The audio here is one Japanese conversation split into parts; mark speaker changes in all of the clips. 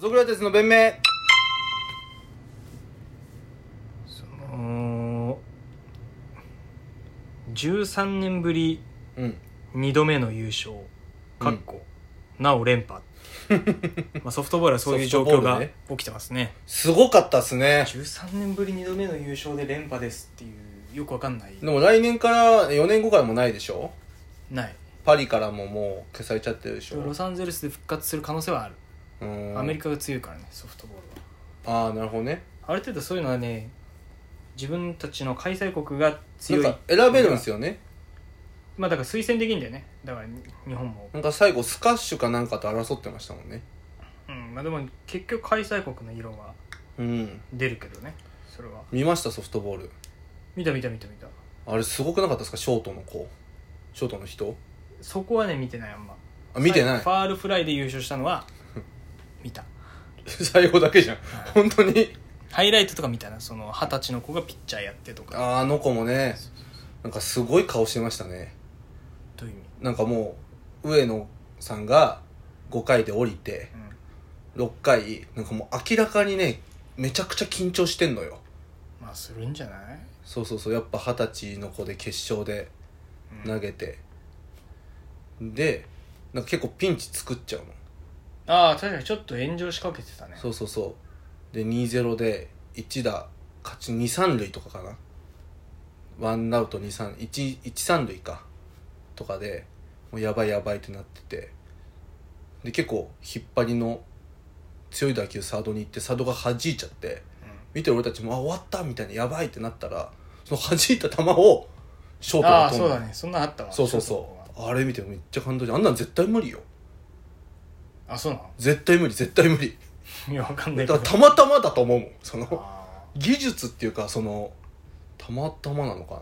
Speaker 1: ソクラテスの弁明
Speaker 2: その13年ぶり
Speaker 1: うん
Speaker 2: 2度目の優勝かっこ、なお連 覇まあソフトボールはそういう状
Speaker 1: ソ
Speaker 2: 況
Speaker 1: フトボー
Speaker 2: が
Speaker 1: ルね
Speaker 2: 起きてますね
Speaker 1: すごかったっすね
Speaker 2: 13年ぶり2度目の優勝で連覇ですっていうよくわかんない
Speaker 1: でも来年から4年後からもないでしょ
Speaker 2: ない
Speaker 1: パリからももう消されちゃってるでしょ
Speaker 2: ロサンゼルスで復活する可能性はある、
Speaker 1: うん
Speaker 2: アメリカが強いからねソフトボールは
Speaker 1: ああなるほどね
Speaker 2: ある程度そういうのはね自分たちの開催国が強い
Speaker 1: なんか選べるんです
Speaker 2: よ
Speaker 1: よね
Speaker 2: まあだから推薦できるんだよねだから日本も、
Speaker 1: なんか最後スカッシュかなんかと争ってましたもんね
Speaker 2: うんまあ、でも結局開催国の色は
Speaker 1: うん
Speaker 2: 出るけどねそれは
Speaker 1: 見ましたソフトボール
Speaker 2: 見た見た見た見た
Speaker 1: あれすごくなかったですかショートの子ショートの人
Speaker 2: そこはね見てないあんま
Speaker 1: あ見てない
Speaker 2: 最後ファールフライで優勝したのは 見た
Speaker 1: 最後だけじゃん本当に
Speaker 2: ハイライトとか見たなその二十歳の子がピッチャーやってと
Speaker 1: あ
Speaker 2: か
Speaker 1: ーあの子もねなんかすごい顔してましたね
Speaker 2: どういう意味、
Speaker 1: なんかもう上野さんが5回で降りて
Speaker 2: うん
Speaker 1: 6回なんかもう明らかにねめちゃくちゃ緊張してんのよ
Speaker 2: まあするんじゃない
Speaker 1: そうそうそうやっぱ二十歳の子で決勝で投げて、でなんか結構ピンチ作っちゃうの
Speaker 2: ああ確かにちょっと炎上しかけてたね
Speaker 1: そうそうそうで2-0で1打勝ち2三塁とかかなワンアウト2三1一三塁かとかでもうやばいやばいってなっててで結構引っ張りの強い打球サードに行ってサードが弾いちゃって見てる俺たちもあ終わったみたいなやばいってなったらその弾いた球をショート
Speaker 2: あ
Speaker 1: が
Speaker 2: あ
Speaker 1: 飛ん
Speaker 2: そう
Speaker 1: だ
Speaker 2: だねそんなのあったわ
Speaker 1: そうそう
Speaker 2: 小学校
Speaker 1: そうあれ見てめっちゃ感動してあんなん絶対無理よ
Speaker 2: はあそ うな
Speaker 1: 絶対無理絶対無理
Speaker 2: のいやわかんない
Speaker 1: だ
Speaker 2: け
Speaker 1: か
Speaker 2: ど
Speaker 1: らたまたまだと思うもんその
Speaker 2: あ
Speaker 1: 技術っていうかそのたまたまなのかな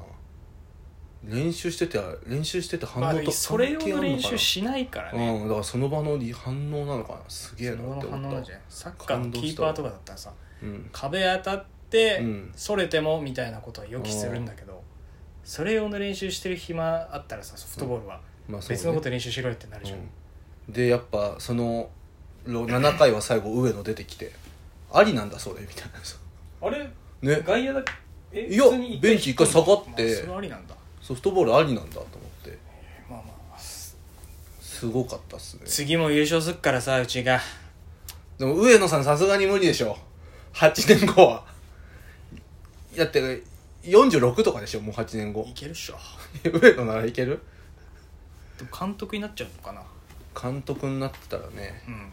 Speaker 1: 練習してて練習してて
Speaker 2: ー
Speaker 1: 反
Speaker 2: ま
Speaker 1: 応
Speaker 2: あ
Speaker 1: と、
Speaker 2: それ用
Speaker 1: 関係あ
Speaker 2: の
Speaker 1: ん
Speaker 2: 練
Speaker 1: かな
Speaker 2: 習しないから
Speaker 1: う
Speaker 2: ね
Speaker 1: んだからその場の反応なのかなすげえ
Speaker 2: そ
Speaker 1: なっ
Speaker 2: の
Speaker 1: て
Speaker 2: 後の反応
Speaker 1: 思
Speaker 2: な
Speaker 1: っ
Speaker 2: んじ
Speaker 1: た
Speaker 2: ゃないサッカーの
Speaker 1: 感動
Speaker 2: キ
Speaker 1: し
Speaker 2: ー
Speaker 1: た
Speaker 2: パーとかだったらさ
Speaker 1: うん
Speaker 2: 壁当たって
Speaker 1: うん
Speaker 2: それてもみたいなことは予期するんだけどそれ用の練習してる暇あったらさソフトボールは
Speaker 1: まあそうね
Speaker 2: 別のこと練習しろよってなるじゃん
Speaker 1: うんでやっぱそのろ7回は最後上野出てきてありなんだそれみたいな さ
Speaker 2: あれ
Speaker 1: ね
Speaker 2: 外野だえ
Speaker 1: いや
Speaker 2: 普通に
Speaker 1: ベンチ一回下がって
Speaker 2: まあそれはありなんだ
Speaker 1: ソフトボールありなんだと思って
Speaker 2: まあまあ
Speaker 1: すごかったっすね
Speaker 2: 次も優勝すっからさうちが
Speaker 1: でも上野さんさすがに無理でしょ8年後はだって46とかでしょもう8年後
Speaker 2: いけるっしょ
Speaker 1: 上野ならいける
Speaker 2: でも監督になっちゃうのかな
Speaker 1: 監督になってたらね
Speaker 2: うん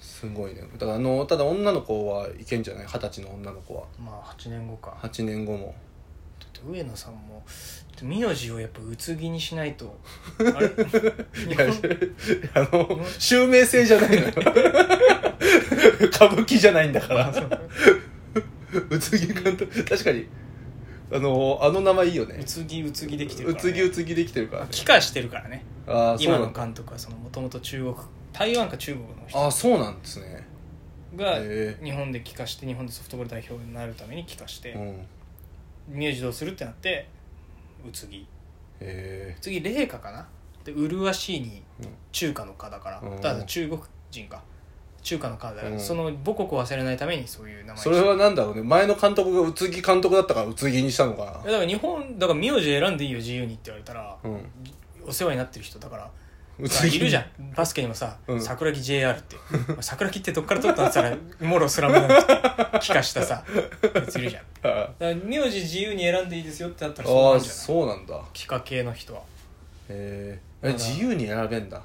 Speaker 1: すごいねだからあのただ女の子はいけんじゃない二十歳の女の子は
Speaker 2: まあ8年後かだ
Speaker 1: 8年後も
Speaker 2: って上野さんも名字をやっぱうつぎにしないと あれ
Speaker 1: い
Speaker 2: 日
Speaker 1: や
Speaker 2: 本
Speaker 1: あの襲名性じゃないのよ歌舞伎じゃないんだから宇津木監督確かにあのあの名前いいよね
Speaker 2: うつぎうつぎできてる
Speaker 1: 宇
Speaker 2: から、ね、
Speaker 1: 津木宇津木できてるからね
Speaker 2: 帰化してるからね
Speaker 1: ああそう
Speaker 2: 今
Speaker 1: な
Speaker 2: の
Speaker 1: んだ
Speaker 2: 監督はそのもともと中国台湾か中国の人
Speaker 1: ああそうなんですね
Speaker 2: が
Speaker 1: へえ
Speaker 2: 日本で帰化して日本でソフトボール代表になるために帰化して、
Speaker 1: うん
Speaker 2: 名字どうするってなって宇津木
Speaker 1: え
Speaker 2: 次麗華かなで麗しいに
Speaker 1: うん
Speaker 2: 中華の華だから、
Speaker 1: うん
Speaker 2: だから中国人か中華の華だから、
Speaker 1: うん
Speaker 2: その母国を忘れないためにそういう名前
Speaker 1: ー、
Speaker 2: に
Speaker 1: それはなんだろうね前の監督が宇津木監督だったから宇津木にしたのか
Speaker 2: いやだから日本だから名字選んでいいよ自由にって言われたら、
Speaker 1: なうん
Speaker 2: お世話になってる人だから
Speaker 1: 宇
Speaker 2: さいるじゃ
Speaker 1: ん
Speaker 2: んバスケにもさ、
Speaker 1: うん
Speaker 2: 桜木 JR って桜木ってどっから取ったんって言ったらもろスラムダンク帰化したさやついるじゃんだ
Speaker 1: あ
Speaker 2: から名字自由に選んでいいですよってなった
Speaker 1: あー
Speaker 2: らそうなんじゃない
Speaker 1: そうなんだ
Speaker 2: 帰化系の人は
Speaker 1: へええ自由に選べんだ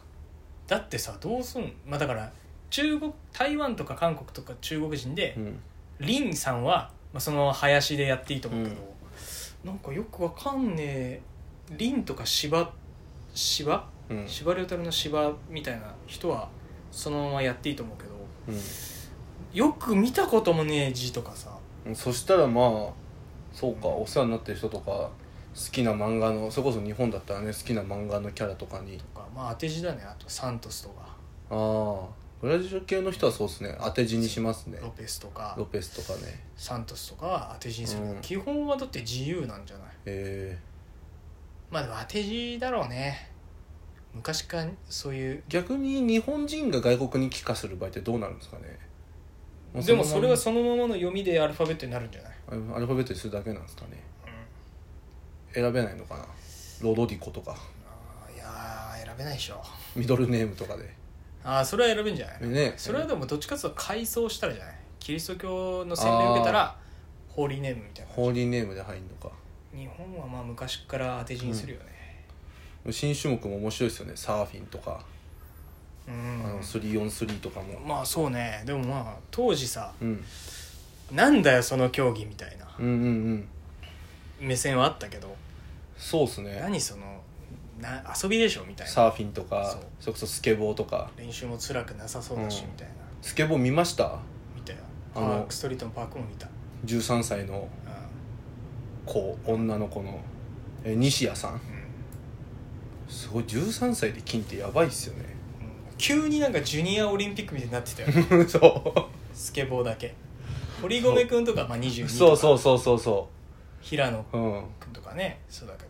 Speaker 2: だってさどうすんまあだから中国台湾とか韓国とか中国人で、
Speaker 1: うん
Speaker 2: 林さんは、まあ、その林でやっていいと思うけど、
Speaker 1: う
Speaker 2: なんかよくわかんねえ林とか芝芝
Speaker 1: うん
Speaker 2: 芝良太郎の芝みたいな人はそのままやっていいと思うけどよく見たこともねえ字とかさ
Speaker 1: うんそしたらまあそうかお世話になってる人とか好きな漫画のそれこそ日本だったらね好きな漫画のキャラとかに
Speaker 2: とかまあ当て字だねあとサントスとか
Speaker 1: ああブラジル系の人はそうですね当て字にしますね
Speaker 2: ロペスとか
Speaker 1: ロペスとかね
Speaker 2: サントスとかは当て字にする、
Speaker 1: うん
Speaker 2: 基本はだって自由なんじゃない
Speaker 1: へえ
Speaker 2: まあでも当て字だろうね昔からそういう
Speaker 1: 逆に日本人が外国に帰化する場合ってどうなるんですかねう
Speaker 2: で
Speaker 1: の
Speaker 2: も
Speaker 1: ま
Speaker 2: そ
Speaker 1: ん
Speaker 2: れはそのままの読みでアルファベットになるんじゃない、
Speaker 1: アルファベットにするだけなんですかね選べないのかなロドリコとか
Speaker 2: あーいやー選べないでしょ
Speaker 1: ミドルネームとかで
Speaker 2: ああそれは選べんじゃない、
Speaker 1: ね
Speaker 2: それはでもどっちかっていうと改装したらじゃないキリスト教の洗礼を受けたらホーリーネームみたいな
Speaker 1: ホーリーネームで入るのか
Speaker 2: 日本はまあ昔から当て字にするよね
Speaker 1: 新種目も面白いですよねサーフィンとか、
Speaker 2: うん
Speaker 1: あの3on3 とかも
Speaker 2: まあそうねでもまあ当時さ
Speaker 1: うん、
Speaker 2: なんだよその競技みたいな
Speaker 1: うんうんうん
Speaker 2: 目線はあったけど
Speaker 1: そうっすね
Speaker 2: 何そのな遊びでしょみたいな
Speaker 1: サーフィンとか
Speaker 2: そ
Speaker 1: そうれこそスケボーとか
Speaker 2: 練習も辛くなさそうだし
Speaker 1: うん
Speaker 2: みたいな
Speaker 1: スケボー見ました
Speaker 2: 見たよ
Speaker 1: あ
Speaker 2: パ
Speaker 1: の
Speaker 2: ークストリートのパークも見た
Speaker 1: 13歳の子女の子のえ西谷さん
Speaker 2: うんうん
Speaker 1: すごい13歳で金ってやばいっすよね
Speaker 2: うん急になんかジュニアオリンピックみたいになってたよ ね
Speaker 1: そ
Speaker 2: スケボーだけ堀米君とかまあ
Speaker 1: う
Speaker 2: 22とか
Speaker 1: そうそうそうそうそ
Speaker 2: 平野
Speaker 1: ううん
Speaker 2: 君とかねそうだけど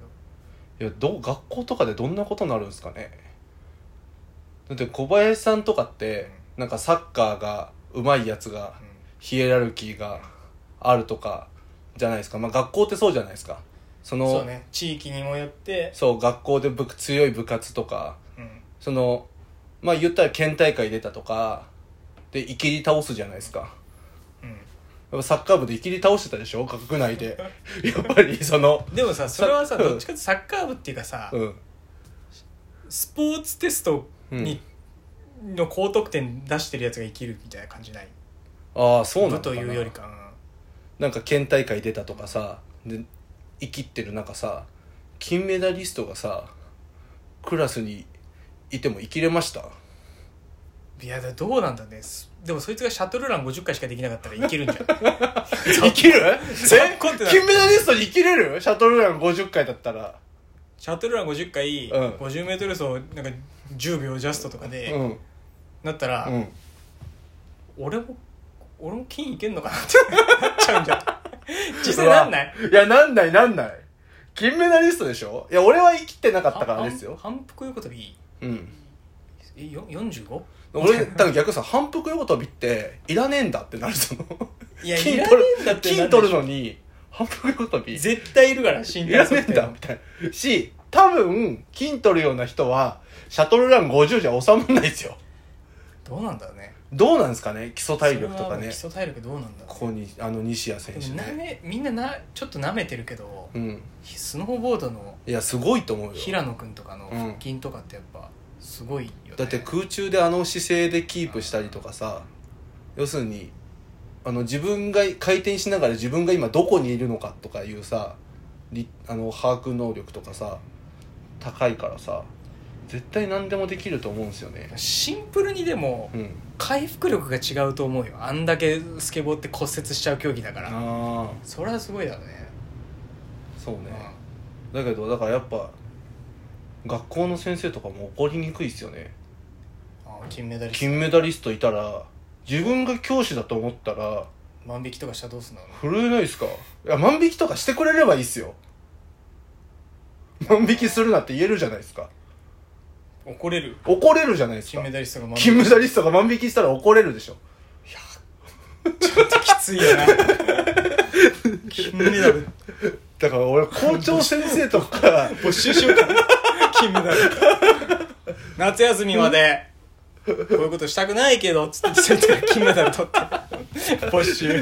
Speaker 1: いやどう学校とかでどんなことになるんですかねだって小林さんとかってなんかサッカーが上手いやつがヒエラルキーがあるとかじゃないですか、まあ、学校ってそうじゃないですかそ
Speaker 2: うん
Speaker 1: の
Speaker 2: そうね地域にもよって
Speaker 1: そう学校で部強い部活とか
Speaker 2: うん
Speaker 1: そのまあ言ったら県大会出たとかでいきり倒すじゃないですか
Speaker 2: う
Speaker 1: やっぱサッカー部でいきり倒してたでしょ学内 でやっぱりその
Speaker 2: んでもさそれはさ
Speaker 1: さうん
Speaker 2: どっちかってサッカー部っていうかさ
Speaker 1: うん
Speaker 2: スポーツテストにの高得点出してるやつが生きるみたいな感じない
Speaker 1: ああそうな
Speaker 2: 部
Speaker 1: のか
Speaker 2: と
Speaker 1: な
Speaker 2: いうよりか
Speaker 1: なんか県大会出たとかさで生きってる中さ金メダリストがさクラスにいても生きれま した
Speaker 2: うんいやだどうなんだねすでもそいつがシャトルラン50回しかできなかったらいける んじゃん
Speaker 1: 生きる
Speaker 2: ざっこってなる
Speaker 1: 金メダリストに生きれるシャトルラン50回だったら
Speaker 2: シャトルラン50回、
Speaker 1: うん
Speaker 2: 50m 走なんか10秒ジャストとかで、
Speaker 1: うん
Speaker 2: なったら、
Speaker 1: うん
Speaker 2: 俺も俺も金いけんのかなってな っちゃうんじゃん実際なんないう
Speaker 1: わいやなんないなんない金メダリストでしょいや俺は生きてなかったからですよ
Speaker 2: 反反復横跳び
Speaker 1: うん
Speaker 2: えよ 45?
Speaker 1: 俺多分逆にさ反復横跳びっていらねえんだってなるその
Speaker 2: いや
Speaker 1: 金
Speaker 2: いらね
Speaker 1: 取る
Speaker 2: えんだってなんでしょ
Speaker 1: 金取るのに反復横跳び
Speaker 2: 絶対いるから身
Speaker 1: い
Speaker 2: 体
Speaker 1: ら
Speaker 2: 測
Speaker 1: ねえ
Speaker 2: 定
Speaker 1: んだみたいなし多分金取るような人はシャトルラン50じゃ収まんないですよ
Speaker 2: どうなんだろうね
Speaker 1: どうなんですかね基礎体力と
Speaker 2: そ
Speaker 1: か
Speaker 2: れはもう
Speaker 1: ね
Speaker 2: 基礎体力どうなんだろう
Speaker 1: ここにあの西矢選
Speaker 2: で
Speaker 1: 手
Speaker 2: もな
Speaker 1: ね
Speaker 2: めみんななちょっとなめてるけど、
Speaker 1: うん
Speaker 2: スノーボードの
Speaker 1: いやすごいと思うよ
Speaker 2: 平野君とかの
Speaker 1: うん
Speaker 2: 腹筋とかってやっぱすごいよ、ね
Speaker 1: だって空中であの姿勢でキープしたりとかさ要するにあの自分が回転しながら自分が今どこにいるのかとかいうさりあの把握能力とかさ高いからさ絶対何でもできると思うんですよね
Speaker 2: シンプルにでも
Speaker 1: うん
Speaker 2: 回復力が違うと思うよあんだけスケボーって骨折しちゃう競技だから、
Speaker 1: ああ
Speaker 2: それはすごいだろうね
Speaker 1: そうね
Speaker 2: うん
Speaker 1: だけどだからやっぱ学校の先生とかも怒りにくいっすよね
Speaker 2: あー金メダリス
Speaker 1: 金メダリストいたら自分が教師だと思ったら
Speaker 2: ト万引きとかしたらどうすんだろうね
Speaker 1: 震えないですかいや万引きとかしてくれればいいっすよ万引きするなって言えるじゃないですか
Speaker 2: 怒れる
Speaker 1: 怒れるじゃないです
Speaker 2: 金
Speaker 1: か
Speaker 2: メダリストが万引き
Speaker 1: 金メダリストが万引きしたら怒れるでしょ
Speaker 2: ちょっときついよ な金メダル
Speaker 1: だから俺校長先生とか
Speaker 2: 没収しようかな 金メダル夏休みまでこういうことしたくないけどっつってそうやって金メダル取って没収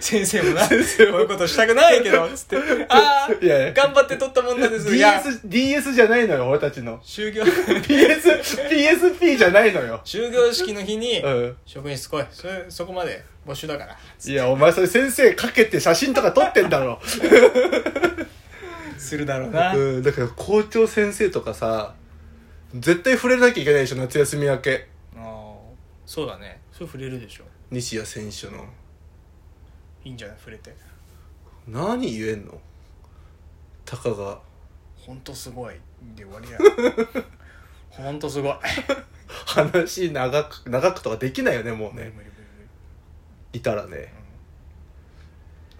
Speaker 2: 先生もなこういうことしたくないけどっつってああ
Speaker 1: いやいや
Speaker 2: 頑張って取ったもんなんですいや
Speaker 1: DS, DS じゃないのよ俺たちの
Speaker 2: 就業
Speaker 1: PS PSP じゃないのよ
Speaker 2: 就業式の日に
Speaker 1: うん
Speaker 2: 職員すごいそれそこまで募集だから
Speaker 1: いやお前それ先生かけて写真とか撮ってんだろ
Speaker 2: するだろうな
Speaker 1: うん、だから校長先生とかさ絶対触れなきゃいけないでしょ夏休み明け
Speaker 2: あーそうだねそれ触れるでしょ
Speaker 1: 西矢選手の
Speaker 2: いいんじゃない触れて
Speaker 1: 何言えんのたかが
Speaker 2: 本当すごいで終わりや 本当すごい
Speaker 1: 話長く長くとかできないよねもう
Speaker 2: 無理
Speaker 1: ね
Speaker 2: 無理無理
Speaker 1: いたらね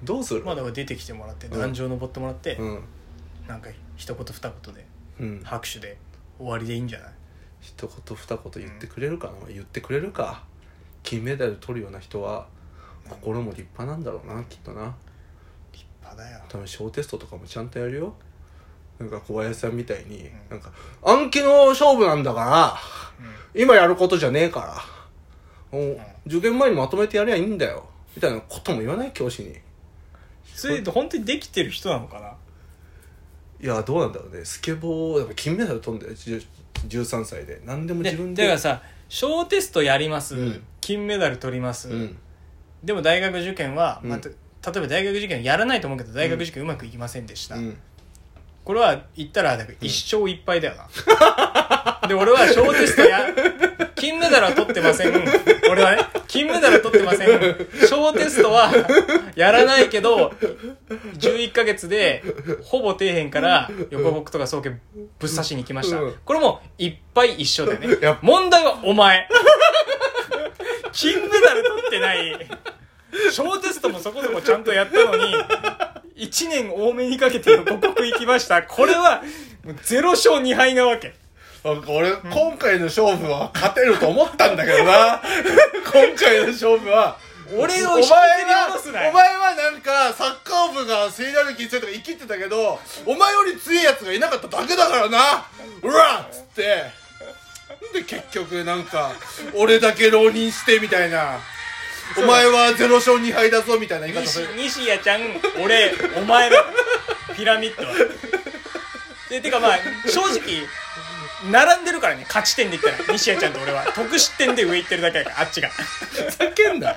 Speaker 1: どうする
Speaker 2: 無理まあだから出てきてもらって壇上登ってもらって、
Speaker 1: うん
Speaker 2: なんか一言二言で
Speaker 1: うん
Speaker 2: 拍手で終わりでいいんじゃない
Speaker 1: 一言二言言ってくれるかな、言ってくれるか金メダル取るような人は心も立派なんだろうなきっとな
Speaker 2: 立派だよ
Speaker 1: 多分小テストとかもちゃんとやるよなんか小林さんみたいに、なんか暗記の勝負なんだから、今やることじゃねえから、もう受験前にまとめてやりゃいいんだよみたいなことも言わない教師に
Speaker 2: それで本当にできてる人なのかない
Speaker 1: やどうなんだろうねスケボーやっぱ金メダル取んだよ10 13歳で何でも
Speaker 2: で
Speaker 1: 自分で
Speaker 2: だからさ小テストやります、
Speaker 1: うん
Speaker 2: 金メダル取ります、
Speaker 1: うん
Speaker 2: でも大学受験は、
Speaker 1: うん
Speaker 2: まあた例えば大学受験やらないと思うけど大学受験うまくいきませんでした、
Speaker 1: うん
Speaker 2: これは言ったらだから一生いっぱいだよな、で俺は小テストや金メダルは取ってません俺はね金メダルは取ってません小テストはやらないけど11ヶ月でほぼ底辺から横僕とか総研ぶっ刺しに行きました、
Speaker 1: うん
Speaker 2: これもいっぱい一緒だよね
Speaker 1: やっ
Speaker 2: 問題はお前金メダル取ってない小テストもそこそこちゃんとやったのに1年多めにかけて予告行きま したこれはもう0勝2敗なわけ
Speaker 1: なんか俺、今回の勝負は勝てると思ったんだけどな。 今回の勝負は、
Speaker 2: 俺を
Speaker 1: お前
Speaker 2: 引きずり戻すな
Speaker 1: は、お前はなんか、サッカー部が聖なる気にとか生きてたけど、お前より強い奴がいなかっただけだからなうらっつって。で、結局なんか、俺だけ浪人してみたいな。お前は0勝2敗だぞみたいな言い方す
Speaker 2: 西
Speaker 1: る。
Speaker 2: 西矢ちゃん俺お前らピラミッドはでてかまあ正直並んでるからね勝ち点で言ったら西矢ちゃんと俺は得失点で上行ってるだけだからあっちが
Speaker 1: 叫んだよ。